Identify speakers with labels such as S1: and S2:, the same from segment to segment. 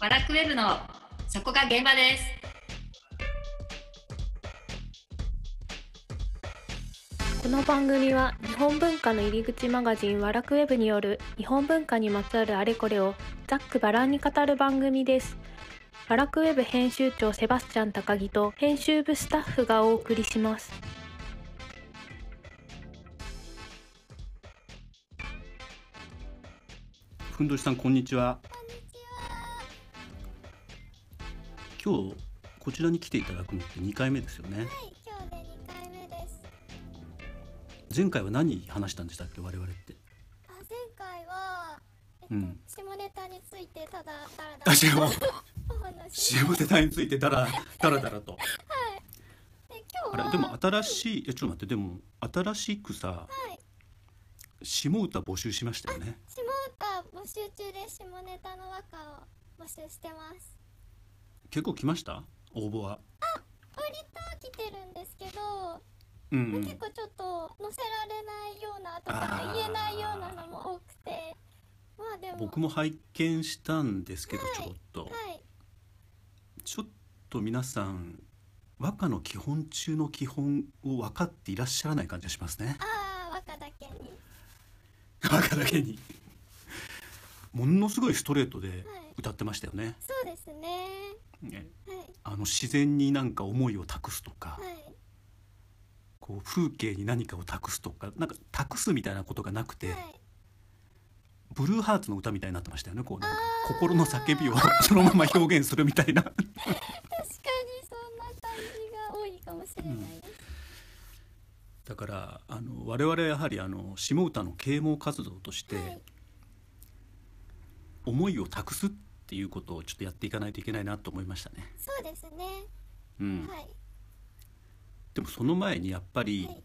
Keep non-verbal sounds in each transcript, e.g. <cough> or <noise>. S1: バラクウェブのそこが現場です。
S2: この番組は日本文化の入り口マガジン「ワラクウェブ」による日本文化にまつわるあれこれをざっくばらんに語る番組です。ワラクウェブ編集長セバスチャン高木と編集部スタッフがお送りします。
S3: ふんどしさんこんにちは。今日こちらに来ていただくのって2回目ですよね。
S4: 今日で2回目です
S3: 前回は何話したんでしたっけ我々って。
S4: あ前回は、えっと
S3: うん
S4: 下ネタについてただだらだら
S3: 私も
S4: お話し
S3: 下ネタについてだらだらだらと。
S4: で今
S3: あ
S4: 日
S3: れ
S4: は
S3: でも新しいいやちょっと待ってでも新しくさ
S4: はい
S3: 下歌募集しましたよね。
S4: 下歌募集中で下ネタの和歌を募集してます
S3: 結構来ました応募は。
S4: 割と来てるんですけど、
S3: うんう
S4: 結
S3: ん。
S4: 構ちょっと載せられないようなとか
S3: あー
S4: 言えないようなのも多くてまあでも
S3: 僕も拝見したんですけどちょろっと
S4: はい
S3: ちょっと皆さん和歌の基本中の基本を分かっていらっしゃらない感じがしますね。
S4: ああ和歌だけに
S3: バカだけにものすごいストレートで歌ってましたよね
S4: そうですね
S3: ね
S4: はい
S3: あの自然になんか思いを託すとか
S4: はい
S3: こう風景に何かを託すとかなんか託すみたいなことがなくて
S4: はい
S3: ブルーハーツの歌みたいになってましたよねこうなんか心の叫びを <laughs> そのまま表現するみたいな
S4: 確かにそんな感じが多いかもしれないです、
S3: だからあの我々はやはりあの下歌の啓蒙活動として
S4: はい
S3: 思いを託すっていうことをちょっとやっていかないといけないなと思いましたね。
S4: そうですね、
S3: うん、
S4: はい
S3: でもその前にやっぱり
S4: はい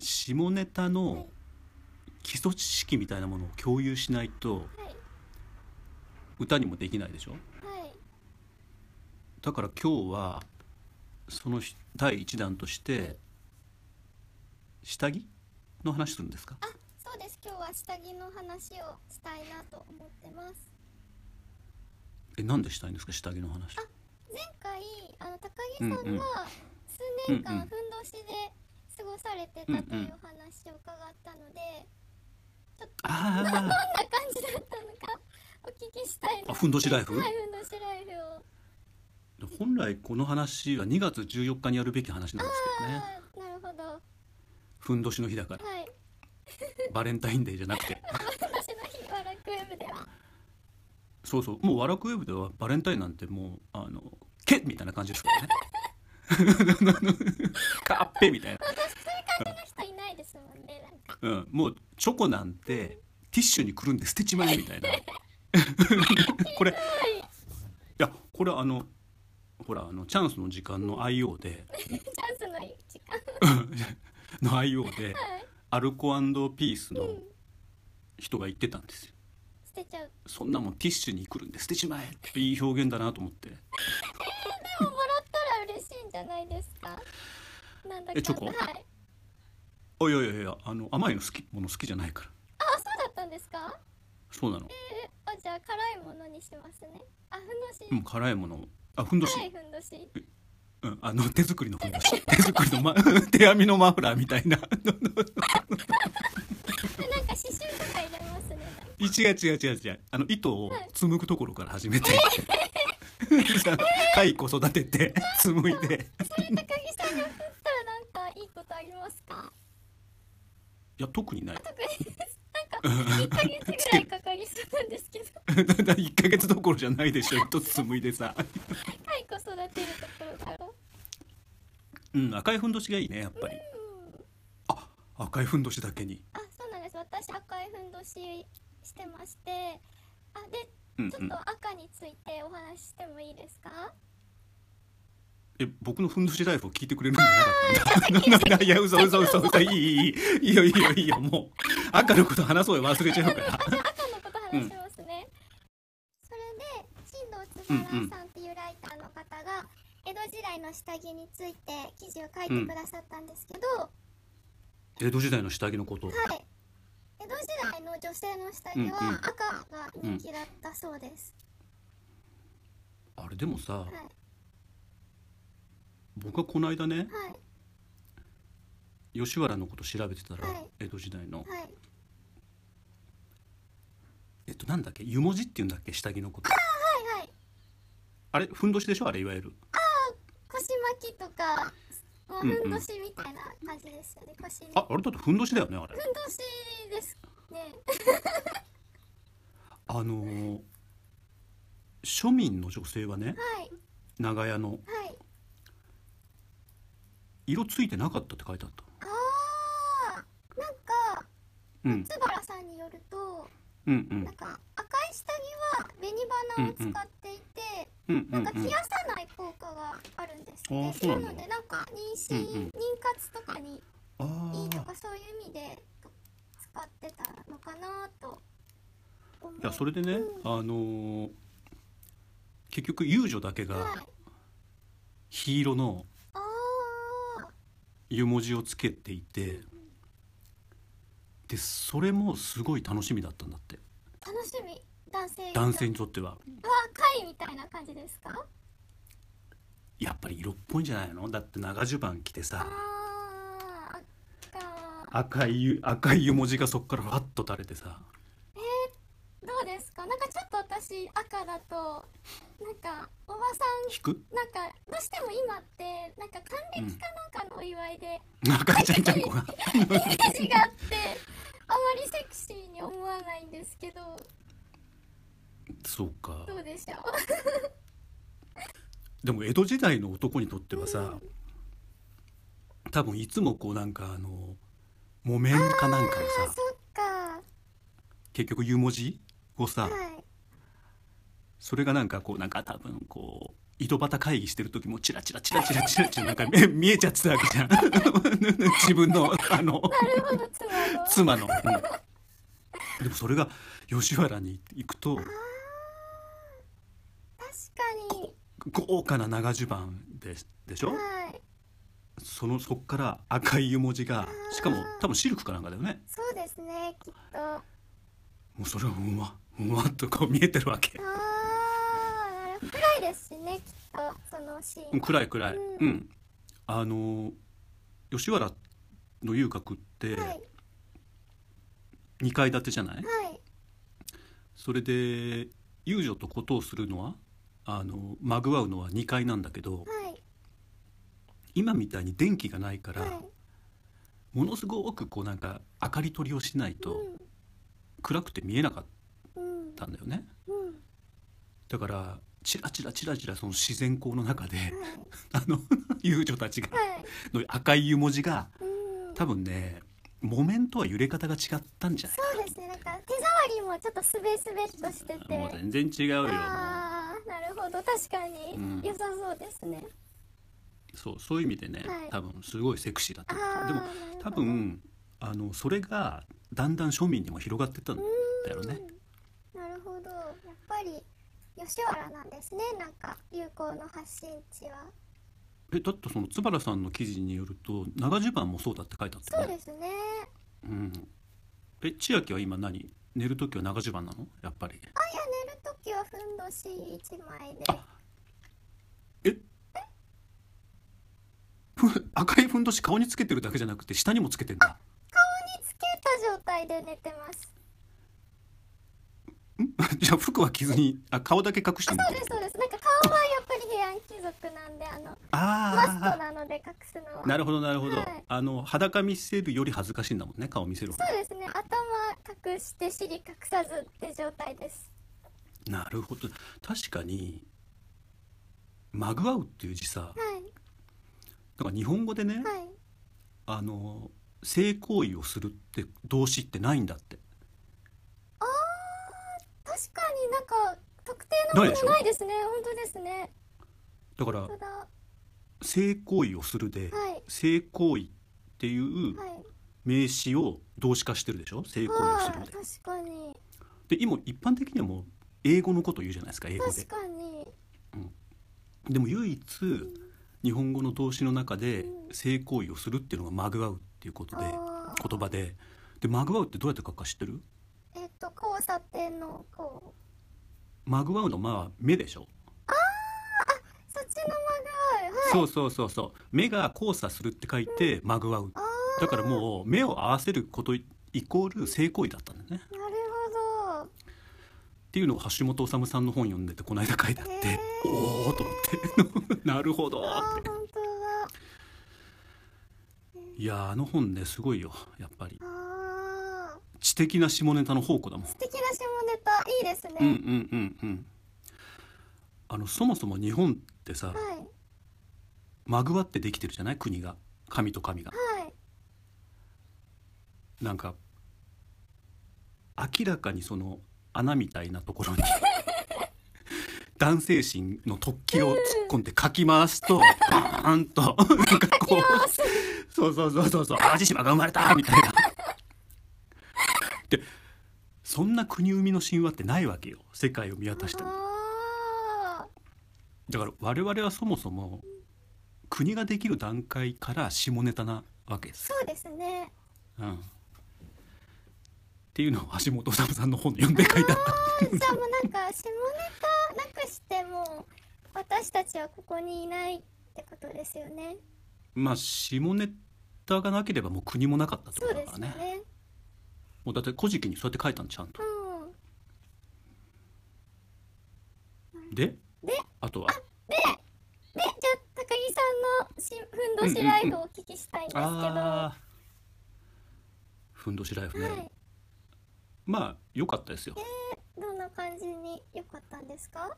S3: 下ネタ
S4: はい
S3: の基礎知識みたいなものを共有しないと
S4: はい
S3: 歌にもできないでしょ
S4: はい
S3: だから今日はその第1弾として下着の話するんですか
S4: あそうです今日は下着の話をしたいなと思ってます
S3: えなんでしたいんですか下着の話
S4: あ前回あの高木さんが
S3: うんうん
S4: 数年
S3: うんう
S4: 間
S3: ん
S4: ふんどしで過ごされてたというお話を伺ったので、
S3: あ
S4: どんな感じだったのかお聞きしたい
S3: ーあ
S4: です
S3: ふんどしライフ
S4: はいふんどしライフを
S3: 本来この話は2月14日にやるべき話なんですけどね
S4: あーなるほどは
S3: ふんどしの日だから
S4: い
S3: バレンタインデーじゃなくて
S4: 私の日はラクウェブでは
S3: そうそうもうワラクウェブではバレンタインなんてもうあのケみたいな感じですからねカッペみたいな
S4: 人いないですもんねなんか
S3: うん、もうチョコなんてティッシュにくるんで捨てちまえみたいなこれいやこれあのほらあのチャンスの時間の IO で
S4: チャンスの時間
S3: の IO でアルコピースの人が言ってたんですよ
S4: 捨てちゃう
S3: そんなもんティッシュにくるんで捨てちまえっていい表現だなと思って
S4: でももらったら嬉しいんじゃないですかなんだかんだ
S3: えチョコ
S4: はい
S3: あいやいやいやあの甘いの好きもの好きじゃないから
S4: あそうだったんですか
S3: そうなの
S4: えあじゃあ辛いものにしますねあふんどし、
S3: うん辛いものあふんどし、
S4: はいふんどし
S3: うん、あの手作りのふんどし手作りの、ま、 <laughs> 手編みのマフラーみたいな <laughs>
S4: でなんか刺繍とか入れますね
S3: 違う違う違う違うあの糸を紡ぐところから始めて蚕育てて紡いで
S4: それ高木さんに送ったらなんかいいことありますか
S3: いや特にない <laughs>
S4: 特になんか1ヶ月ぐらいかかりそうなんですけど
S3: 1ヶ月どころじゃないでしょ糸紡いでさ
S4: はい子育てるところから
S3: うん赤いふんどしがいいねやっぱりあ赤いふんどしだけに
S4: あそうなんです私赤いふんどししてましてあで
S3: うんう
S4: ちょっ
S3: ん
S4: と赤についてお話ししてもいいですか、
S3: え僕のふんどしライフを聞いてくれるんじゃなかったんだいや嘘嘘嘘嘘いいいいいいいいよいいよいいよもう赤のこと話そうよ忘れちゃうから
S4: 赤のこと話しますね、それで新藤つばらさんっていうライターの方が江戸時代の下着について記事を書いてくださったんですけど、
S3: 江戸時代の下着のこと
S4: はい江戸時代の女性の下着
S3: うんうん
S4: は赤が人気だったそうです、
S3: あれでもさ
S4: はい
S3: 僕はこの間ね
S4: はい
S3: 吉原のこと調べてたら
S4: はい
S3: 江戸時代の
S4: はい
S3: えっとなんだっけ湯文字っていうんだっけ下着のこと
S4: はいはい
S3: あれふんどしでしょあれいわゆる
S4: 腰巻きとかもう
S3: うんうん
S4: ふんどしみたいな感じですよね腰にふん
S3: ああれだってふんどしだよねあれ
S4: どしですね
S3: あのー庶民の女性はね
S4: はい
S3: 長屋の
S4: はい
S3: 色ついてなかったって書いてあった
S4: あーなんか
S3: うん
S4: 津原さんによると
S3: うんうん
S4: なんか赤い下着は紅花を使っていて、
S3: うんうん
S4: なんか
S3: うん
S4: 冷やさない効果があるんですって、
S3: あーそうなんだ
S4: なのでなんか妊娠、
S3: うんうん
S4: 妊活とかにいいと
S3: ああ
S4: かそういう意味で使ってたのかなと思う
S3: いやそれでねあのー結局遊女だけ
S4: はい
S3: が黄色の
S4: あ
S3: 湯文字をつけていてでそれもすごい楽しみだったんだって
S4: ー楽しみ男性
S3: 男性にとっては
S4: は貝みたいな感じですか
S3: やっぱり色っぽいんじゃないのだって長襦袢着て
S4: あ
S3: さ
S4: あー赤
S3: 赤い湯赤い湯文字がそっからふわっと垂れてさ
S4: どうですかなんかちょっと私赤だとなんかおばさん
S3: 引く <laughs>
S4: なんかどうしても今ってなんか還暦かなんかのお祝い <laughs> で
S3: 赤いちゃんちゃん
S4: <laughs>
S3: こが
S4: イメージがあってあまりセクシーに思わないんですけど
S3: そうか
S4: どうでしょう
S3: でも江戸時代の男にとってはさ多分いつもこうなんかあの木綿かなんか
S4: あ
S3: のさ
S4: そっか
S3: 結局湯文字をさ
S4: はい
S3: それがなんかこうなんか多分こう井戸端会議してる時もチラチラチラチラチラチラなんか目見えちゃってたわけじゃん <laughs> 自分のあの妻
S4: 妻の
S3: の、うんでもそれが吉原に行くと
S4: 確かに
S3: 豪華な長襦袢ででしょ
S4: はい
S3: そのそっから赤い湯文字がしかも多分シルクかなんかだよね
S4: そうですねきっとあ
S3: もうそれはうわうわっとこう見えてるわけ
S4: あなる暗いですしねきっとそのシーン
S3: 暗い暗い
S4: うん
S3: うんあの吉原の遊郭って
S4: はい
S3: 2階建てじゃない
S4: はい
S3: それで遊女とことをするのはあのまぐわうのは2階なんだけど
S4: はい
S3: 今みたいに電気がないから、
S4: はい
S3: ものすごくこうなんか明かり取りをしないと暗くて見えなかっ
S4: うん
S3: たんだよね
S4: うん
S3: だからチラチラチラチラその自然光の中で、 <laughs> あの遊女たちが
S4: はい
S3: の赤い湯文字が
S4: うん
S3: 多分ね木綿とは揺れ方が違ったんじゃない
S4: そうですねなんか手触りもちょっとすべすべっとしてて
S3: もう全然違うよもう
S4: ああなるほど確かに
S3: うん
S4: 良さそうですね、
S3: そうそういう意味でね、
S4: はい
S3: 多分すごいセクシーだったん
S4: ああ
S3: だでも多分あのそれがだんだん庶民にも広がってったんだよね
S4: なるほどやっぱり吉原なんですねなんか流行の発信地は
S3: えだってその津原さんの記事によると長襦袢もそうだって書いてあった
S4: そう
S3: よね
S4: ですね
S3: うんえ千秋は今何寝る時は長襦袢なのやっぱり
S4: あいや寝る時はふんどし一枚で
S3: あふ赤いふんどし顔につけてるだけじゃなくて下にもつけてんだ
S4: につけた状態で寝てます
S3: ん <laughs> じゃあ服は着ずにあ顔だけ隠して
S4: あ
S3: る
S4: そうですそうですなんか顔はやっぱり平安貴族なんであのマス
S3: あ
S4: トなので隠すのは
S3: あなるほどなるほど、
S4: はい
S3: あの裸見せるより恥ずかしいんだもんね顔見せる方
S4: そうですね頭隠して尻隠さずって状態です
S3: なるほど確かにマグワウっていう字さ
S4: はい
S3: なんか日本語でね、
S4: はい
S3: あの性行為をするって動詞ってないんだって
S4: 確かになんか特定の
S3: ない
S4: も
S3: でし
S4: の
S3: ょ
S4: ないですね本当ですね
S3: だから
S4: ただは
S3: 性行為をするで、
S4: はい
S3: 性行為っていう
S4: い
S3: 名詞を動詞化してるでしょ性行為をする
S4: はい確かに
S3: でで今一般的にはもう英語のこと言うじゃないですか英語
S4: 確
S3: で
S4: かに
S3: でも唯一日本語の動詞の中で
S4: うん
S3: 性行為をするっていうのがマグワウっていうことで
S4: あー
S3: 言葉ででマグワウってどうやって書くか知ってる
S4: えっと交差点のこう
S3: マグワウの「ま」は目でしょ
S4: あっちのマグワウ。はい。
S3: そうそうそうそう目が交差するって書いてまぐわう
S4: あ
S3: だからもう目を合わせることイコール性行為だったんだよね
S4: あ、なるほど。
S3: っていうのを橋本治さんの本読んでてこの間書いてあって、
S4: へー
S3: おおと思って <laughs> なるほど
S4: あ
S3: っ
S4: ー、本当だ。
S3: ていやーあの本ねすごいよやっぱり
S4: ああ、
S3: 知的な下ネタの宝庫だもん
S4: 素敵な下ネタ、いいですね。
S3: うんうんうんうんあのそもそも日本ってさ
S4: はい。
S3: まぐわってできてるじゃない国が神と神が
S4: はい。
S3: なんか明らかにその穴みたいなところ <laughs> に男性心の突起を突っ込んでかき回すとバーンとなんかこうそうそうそうそうそう淡路島が生まれたみたいな。でそんな国生みの神話ってないわけよ世界を見渡しても。
S4: ああ。
S3: だから我々はそもそも国ができる段階から下ネタなわけです。
S4: そうですね。
S3: うん、っていうのを橋本治さんの本で読んで書いてあった。
S4: じゃあもうなんか下ネタなくしても私たちはここにいないってことですよね。
S3: まあ下ネタがなければもう国もなかったってこ
S4: そ
S3: と
S4: う
S3: だ
S4: で
S3: か
S4: す
S3: ら
S4: よ
S3: ね
S4: ね。
S3: もうだって「古事記」にそうやって書いたのちゃんと
S4: うん。
S3: で
S4: で
S3: あとは
S4: で、で、じゃあ高木さんのしふんどしライフをお聞きしたいんですけど、は
S3: あーふんどしライフ
S4: い、
S3: ね、まあ良かったですよ
S4: どんな感じに良かったんですか？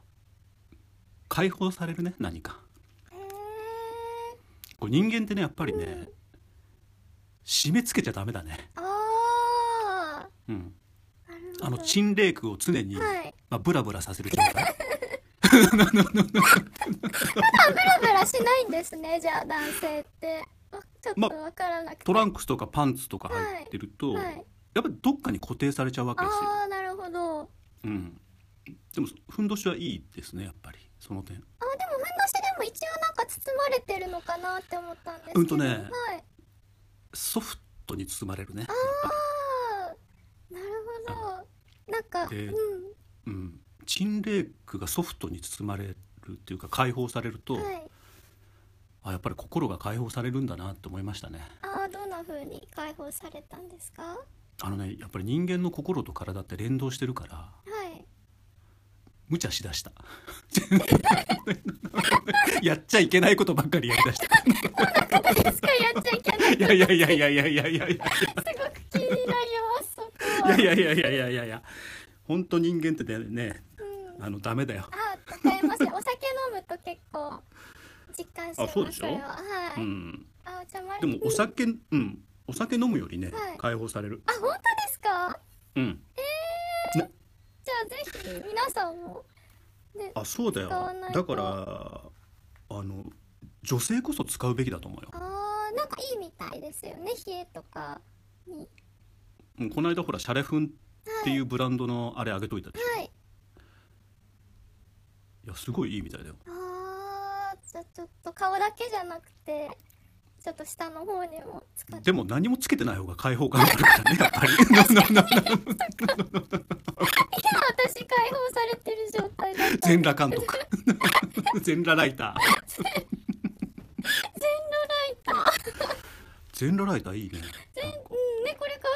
S3: 解放されるね何か
S4: へえ。
S3: こう人間ってねやっぱりね締め付けちゃダメだね
S4: あ
S3: うん
S4: あ、なるほど。
S3: あの陳霊句を常に、
S4: はい。
S3: まあ、ブラブラさせる状
S4: <laughs>
S3: 態
S4: ブラブラしないんですね。じゃあ男性って。わちょっとわからなくて。
S3: トランクスとかパンツとか入ってると、
S4: はい。
S3: やっぱりどっかに固定されちゃうわけですよ
S4: ああ、なるほど。
S3: うん、でもふんどしはいいですねやっぱりその点
S4: あ、でもふんどしでも一応なんか包まれてるのかなって思ったんですけど。
S3: うんとね
S4: はい。
S3: ソフトに包まれるねやっぱ
S4: ああ、なるほど。なんか、
S3: で
S4: う
S3: り、うん、チンレイクがソフトに包まれるっていうか解放されると、
S4: ん、はい。
S3: あやっぱり心が解放されるんだなって思いましたね
S4: ああ、どんな風に解放されたんですか。は
S3: あのねやっぱり人間の心と体って連動してるから
S4: い。
S3: 無茶しだした <laughs> やっちゃいけないことばっかりやりだした
S4: 確かにやっちゃいけない。
S3: いやいやいやいやいやいやいやい
S4: すごく気になります。そこは。
S3: やいやいやいやいやいやいや本当人間ってね
S4: うん。
S3: あのダメだよ
S4: あ、わかります。お酒飲むと結構。実感しま
S3: あ
S4: す。
S3: そうでしょ
S4: れは。は
S3: う
S4: い。
S3: ん
S4: あ、お茶ま
S3: でもお酒うんお酒飲むよりね、
S4: はい
S3: 解放される
S4: あ、本当ですか。
S3: うん
S4: じゃあ、ぜひ、皆さんも。ね。
S3: あそうだよ
S4: 使わない
S3: だ
S4: と
S3: からあの女性こそ使うべきだと思うよ
S4: あーなんかいいみたいですよね冷えとかに
S3: もうこの間ほらシャレフンっていうブランドのあれあげといたでしょ、
S4: はい
S3: い、やすごいいいみたいだよ
S4: あーじゃあちょっと顔だけじゃなくてちょっと下の方にも使って
S3: でも何もつけてない方が解放感があるからねやっぱりなななな
S4: 私解放されてる状態だった
S3: 全
S4: ラ
S3: 裸監督全裸ライター
S4: イター
S3: 全裸ライターいいね
S4: 全うんねこれから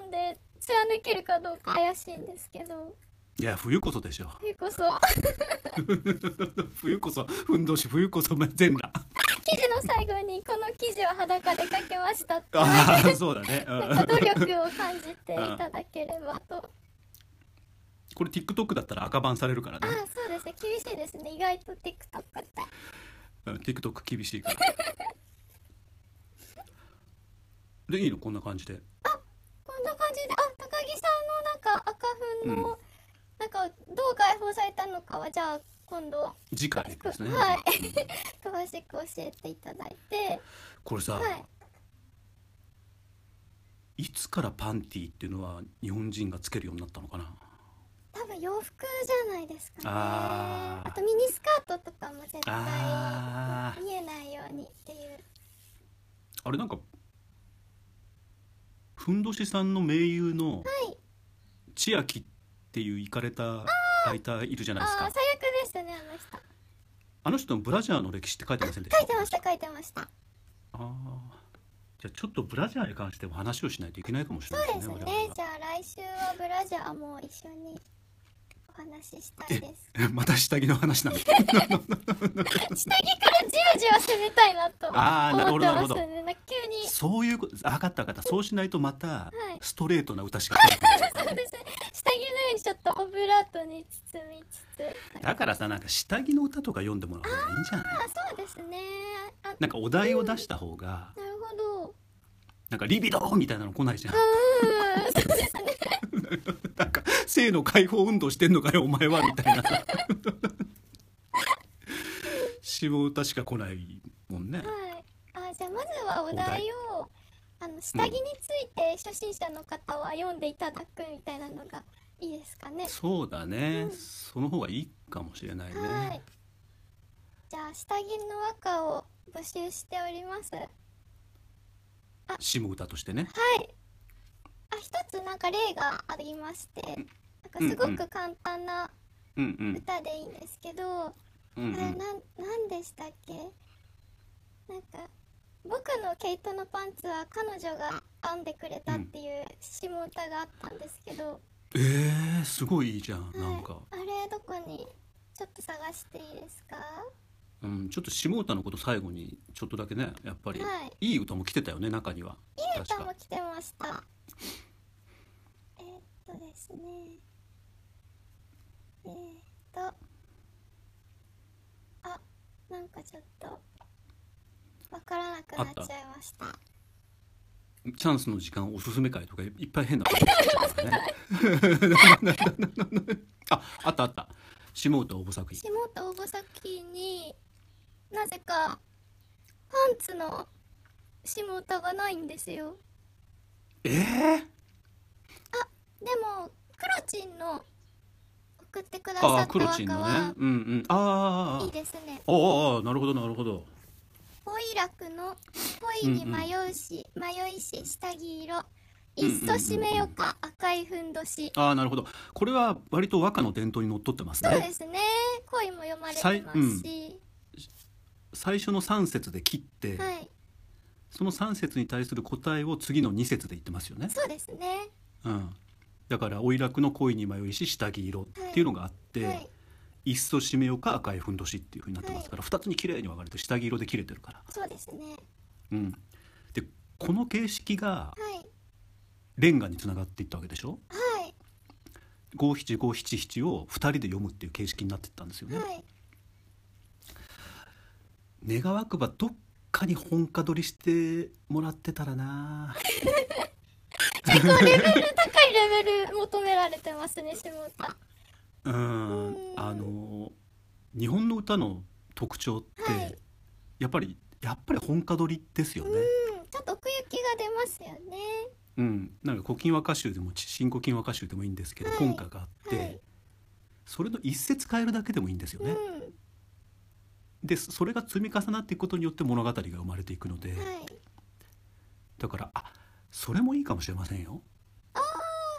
S4: 冬なんで貫けるかどうか怪しいんですけど
S3: いや冬こそでしょ
S4: 冬こそ生
S3: <laughs> 冬こそふんどし冬こそ全裸
S4: <laughs> 地の最後にこの生地は裸でかけましたって
S3: ああそうだね、う
S4: なんか
S3: ん、
S4: 努力を感じていただければと
S3: <laughs> これ TikTok だったら赤バンされるから
S4: あ
S3: ね
S4: あそうですね厳しいですね意外と TikTok って
S3: うん TikTok 厳しいから <laughs> でいいのこんな感じで
S4: こんな感じで、あ、高木さんのなんか赤粉の、
S3: う
S4: なんかどう解放されたのかはじゃあ今度、
S3: 次回ですね、
S4: はい、詳しく教えていただいて、
S3: これさ、
S4: はい、
S3: い、つからパンティっていうのは日本人がつけるようになったのかな
S4: 多分洋服じゃないですかね。
S3: あ
S4: あ
S3: ー
S4: とミニスカートとかも絶対
S3: あー
S4: 見えないようにっていう。
S3: あれなんかふんどしさんの盟友の
S4: はい、
S3: 千秋っていう行かれたライターいるじゃないです
S4: ああー
S3: か
S4: 最悪でしたねあの人。
S3: あの人のブラジャーの歴史って書いてませんでした
S4: 書いてました書いてました
S3: ああじゃあちょっとブラジャーに関しても話をしないといけないかもしれない
S4: そう
S3: で
S4: ですす
S3: ね
S4: ね
S3: 我々は
S4: じゃあ来週はブラジャーも一緒にお話ししたいです
S3: <laughs> また下着の話
S4: <laughs>
S3: なんで
S4: 下着からじわじわ攻めたいなと
S3: あーなる
S4: 思
S3: ほ
S4: っ
S3: ど
S4: て
S3: なるほど
S4: ますねなんか急に
S3: そういうことあ分かった分かったそうしないとまた
S4: い
S3: ストレートな歌しか書いて
S4: <laughs>
S3: ない
S4: そうですね下着のようにちょっとオブラートに包みつつ
S3: だからさなんか下着の歌とか読んでもらう方がいいんじゃない
S4: あそうですねあ
S3: なんかお題を出した方が
S4: なる
S3: <laughs>
S4: ほど
S3: なんかリビドーみたいなの来ないじゃん
S4: うんそうですね
S3: なんか性の解放運動してんのかよお前はみたいな <laughs> 下歌しか来ないもんね
S4: はいあじゃあまずはお題をあの下着について初心者の方は読んでいただくみたいなのがいいですかね
S3: そうだね、その方がいいかもしれないね、
S4: はい。じゃあ下着の和歌を募集しております。はい。
S3: 下歌としてね
S4: あ一つなんか例がありまして、なんかすごく簡単な
S3: うんうん
S4: 歌でいいんですけど、
S3: うん
S4: あれなんなんでしたっけ？なんか僕の毛糸のパンツは彼女が編んでくれたっていう下歌があったんですけど、
S3: えー、すごいいいじゃんなんか、
S4: あれどこにちょっと探していいですか？
S3: うん、ちょっと下歌のこと最後にちょっとだけねやっぱり、、
S4: はい
S3: い歌も来てたよね中には確
S4: 歌も
S3: か
S4: 来てました。えーっとですね。えーっと。あ、なんかちょっと。わからなくなっちゃいました。
S3: チャンスの時間おすすめ会とかいっぱい変なことやってたからね
S4: <laughs>
S3: ああったあった下歌応募作品
S4: 下と応募先に。なぜか。パンツの。下歌がないんですよ。
S3: えー、
S4: でも。クロチンの。送ってくだ
S3: あ
S4: さ
S3: あ
S4: った
S3: クロチン
S4: 若
S3: の
S4: は
S3: ね。うんうんあーあーあ
S4: い
S3: ー
S4: いですね。
S3: ああなるほどなるほど
S4: ポイラクのポイに迷うし、迷いし下着色いっそ締めよか、赤いふんどし
S3: ああなるほどこれは割と和歌の伝統にのっとってます
S4: そう
S3: ね
S4: ですね恋も読まれて
S3: さい
S4: ますし、
S3: 最初の3節で切って、
S4: はい
S3: その3節に対する答えを次の2節で言ってますよね
S4: そうですね
S3: うんだから「おいらくの恋に迷いし下着色」っていうのがあって、
S4: はい
S3: いっそ締めようか赤いふんどしっていうふうになってますから、二2つに綺麗に分かれて下着色で切れてるから
S4: そうですね
S3: うんでこの形式が
S4: はい
S3: レンガにつながっていったわけでしょ
S4: はい
S3: 五七五七七を2人で読むっていう形式になっていったんですよね、
S4: はい
S3: 願わくばどっかに本家取りしてもらってたらな
S4: 高いレベル求められてますね下歌
S3: うんあの日本の歌の特徴って、
S4: はい
S3: やっぱりやっぱり本家取りですよね
S4: うんちょっと奥行きが出ますよね
S3: うん、なんか古今和歌集でも新古今和歌集でもいいんですけど、
S4: はい
S3: 本歌があって、
S4: はい
S3: それの一節変えるだけでもいいんですよね。
S4: う
S3: でそれが積み重なっていくことによって物語が生まれていくので、
S4: んはい
S3: だからあそれもいいかもしれませんよ。
S4: あ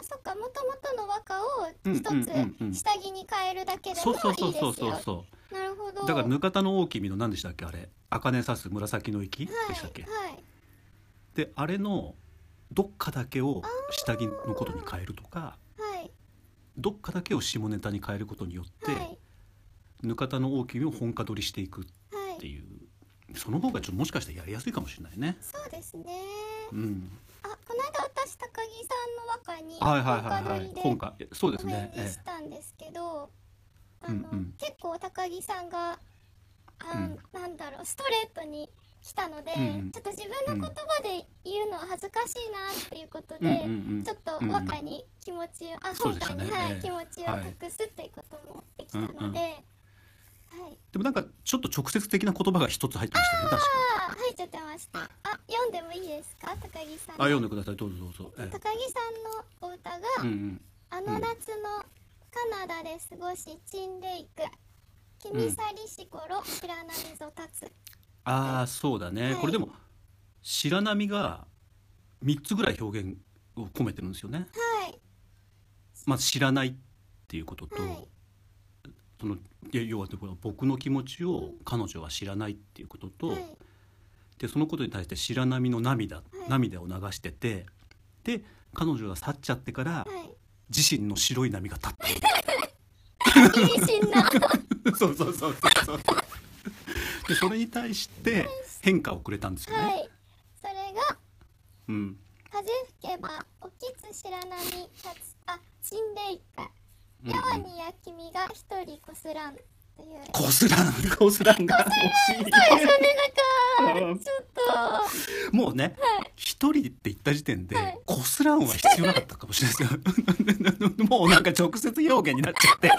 S4: そっかもともとの和歌を
S3: うん
S4: 一
S3: うんうんうん
S4: つ下着に変えるだけで
S3: そ
S4: も
S3: うそうそ
S4: いういです
S3: そう
S4: よ
S3: そうそ
S4: なるほど
S3: う。だから「ぬかたの大君」の何でしたっけあれ「茜さす紫の息」でしたっけ、
S4: はいはい
S3: であれのどっかだけを下着のことに変えるとか
S4: はい
S3: どっかだけを下ネタに変えることによって、
S4: はい
S3: ぬかたの大君を本家取りしていく
S4: は
S3: って
S4: い、
S3: いうその方がちょっともしかしたらやりやすいかもしれないね。
S4: そうですね。
S3: うん、
S4: あ、この間私高木さんの和歌に
S3: はいはいはいは
S4: 本
S3: い
S4: 歌
S3: 今
S4: 取
S3: 回そうです
S4: りで
S3: ね、
S4: お返
S3: え
S4: 事したんですけど、あの、
S3: うんうん
S4: 結構高木さんがあ、
S3: うん
S4: なんだろうストレートに来たので、
S3: うんうん
S4: ちょっと自分の言葉で言うのは恥ずかしいなっていうこと
S3: えうん
S4: で、
S3: うんうん
S4: ちょっと和歌に気持ちを、あ、
S3: そうで
S4: 本
S3: し
S4: 歌
S3: た
S4: に、
S3: ね
S4: はい、
S3: ええ
S4: 気持ちを託すっていうこともできたので、
S3: うんうん
S4: はい。
S3: でもなんかちょっと直接的な言葉が一つ入ってましたよね確か
S4: あ、入っちゃってました。あ、読んでもいいですか、高木さん
S3: あ
S4: の。
S3: 読んでくださいどうぞどうぞ、え
S4: 高木さんのお歌が、
S3: えうんうん、
S4: あの夏のカナダで過ごしチンレイク気にさりし頃白波ぞ立つ
S3: ああそうだね、
S4: はい
S3: これでも白波が3つぐらい表現を込めてるんですよね
S4: はい
S3: まず知らないっていうことと、
S4: はい
S3: そのいや要はだから僕の気持ちを彼女は知らないっていうことと、
S4: はい
S3: でそのことに対して白波の涙、涙を流しててで彼女が去っちゃってから、
S4: はい
S3: 自身の白い波が立っている
S4: 意味
S3: <laughs>
S4: 深な
S3: そうそうそうそうそうでそれに対して変化をくれたんですよね、
S4: はいそれが
S3: うん
S4: 風吹けばおきつ白波立つた死んでいった
S3: うん
S4: 夜半にや君が一人こすらんという
S3: こすらんこすらんが惜しい
S4: なんかちょっと
S3: もうね一、人って言った時点で、
S4: はい
S3: こすらんは必要なかったかもしれないですよ <laughs> もうなんか直接表現になっちゃ
S4: <laughs>
S3: って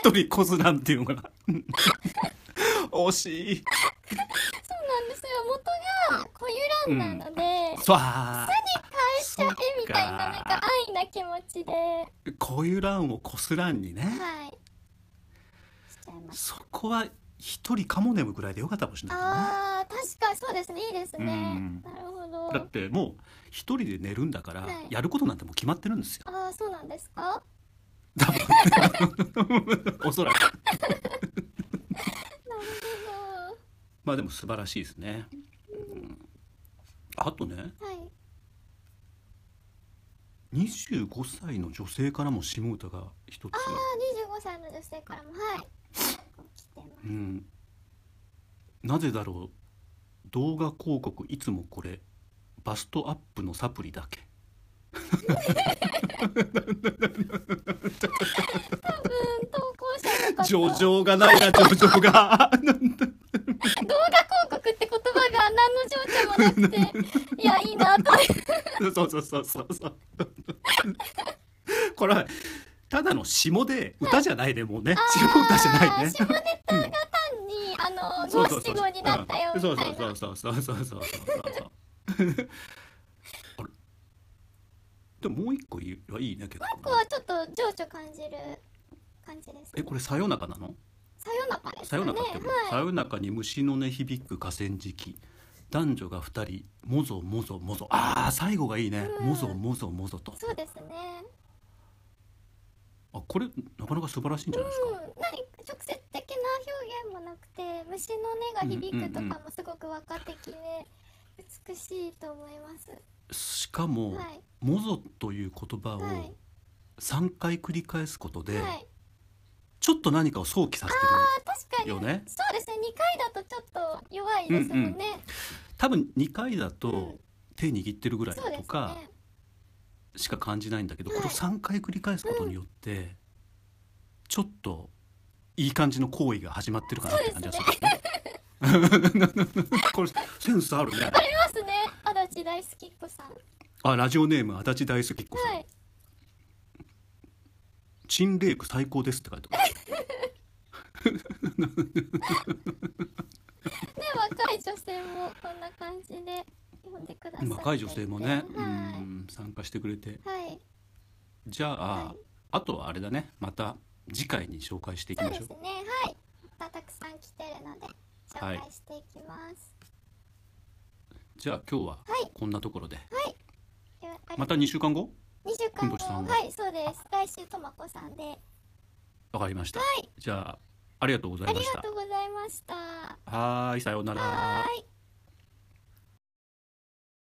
S3: 一人こすらんっていうのが惜しい
S4: そうなんですよ元が小ゆらんなので、
S3: そうあ
S4: 愛しちゃえみたいななんか愛な気持ちでは
S3: ーこういう欄をこすらんにね、
S4: いしちゃいます
S3: そこは一人かもねむぐらいでよかったかもしれない
S4: あー確かにそうですねいいですね
S3: うん
S4: なるほど
S3: ねだってもう一人で寝るんだから、
S4: はい
S3: やることなんてもう決まってるんですよ <laughs>
S4: ああそうなんですか
S3: 多分おそらく
S4: なるほ
S3: まあでも素晴らしいですね、うんあとね
S4: どはい
S3: 25歳の女性からも下歌が一つ、
S4: あ25歳の女性からもはい来てます
S3: うん、なぜだろう動画広告いつもこれバストアップのサプリだけ
S4: うん投稿者の方
S3: 上々がない <laughs> な上々が
S4: 動画広告って言葉が何の情緒もなく
S3: <laughs>
S4: ていやいいなと思って
S3: そうそうそうそうそうこれはただの下で歌じゃないでもうね下歌じゃないね
S4: 下ネタが単にあの
S3: そう
S4: 五
S3: そうそ
S4: 七
S3: う
S4: 五になった
S3: う
S4: よみ
S3: んそう
S4: た
S3: そ
S4: いうな
S3: そうそうそうそうそうそうそうあれでももう一個いいはいいね結構
S4: ここはちょっと情緒感じる感じです
S3: え
S4: ね
S3: これさよなかなの
S4: さよなかです
S3: さ
S4: か
S3: よ
S4: ね
S3: なかっても、さよなかに虫の音響く河川敷男女が二人もぞもぞもぞあー最後がいいね、
S4: うん
S3: もぞもぞもぞと
S4: そうですね
S3: あこれなかなか素晴らしいんじゃないです
S4: うん
S3: か、
S4: 何か直接的な表現もなくて虫の音が響くとかもすごく和歌的で美しいと思います
S3: しかも、
S4: はい
S3: もぞという言葉を
S4: はい
S3: 三回繰り返すことで、
S4: はい
S3: ちょっと何かを想起させて
S4: あ確か
S3: る
S4: に
S3: よね
S4: そうですね二回だとちょっと弱いですもんね、
S3: うんうん多分2回だ
S4: う
S3: と
S4: ん
S3: 手握ってるぐらい
S4: そうで
S3: と
S4: すね
S3: かしか感じないんだけど、
S4: はい
S3: これを3回繰り返すことによって、ちょっといい感じの行為が始まってるかなって感じがするね。これセンスあるね。
S4: ありますね足立大好きっ子さん
S3: あラジオネーム足立大好きっ子さん、
S4: はい
S3: チンレイク最高ですって書いてある。
S4: ね若い女性もこんな感じで読んでくださっていて
S3: 若い女性もね、う
S4: は
S3: ん参加してくれて、
S4: い、はい、
S3: じゃあ、
S4: はい
S3: あとはあれだね、また次回に紹介していき
S4: そう
S3: ま
S4: で
S3: し
S4: す
S3: ょう
S4: ね。はいまたたくさん来てるので
S3: はい
S4: 紹介していきます、
S3: じゃあ今日は
S4: はい
S3: こんなところで、
S4: ではあれ
S3: また2週間後、
S4: 二週間
S3: くんぼちさん
S4: 後
S3: は
S4: はいそうです来週ともこさんで
S3: わかりました。じゃあありがとうござ
S4: あ
S3: い
S4: り
S3: まし
S4: が
S3: た
S4: と。うございました
S3: はーい、さようなら。
S4: はーい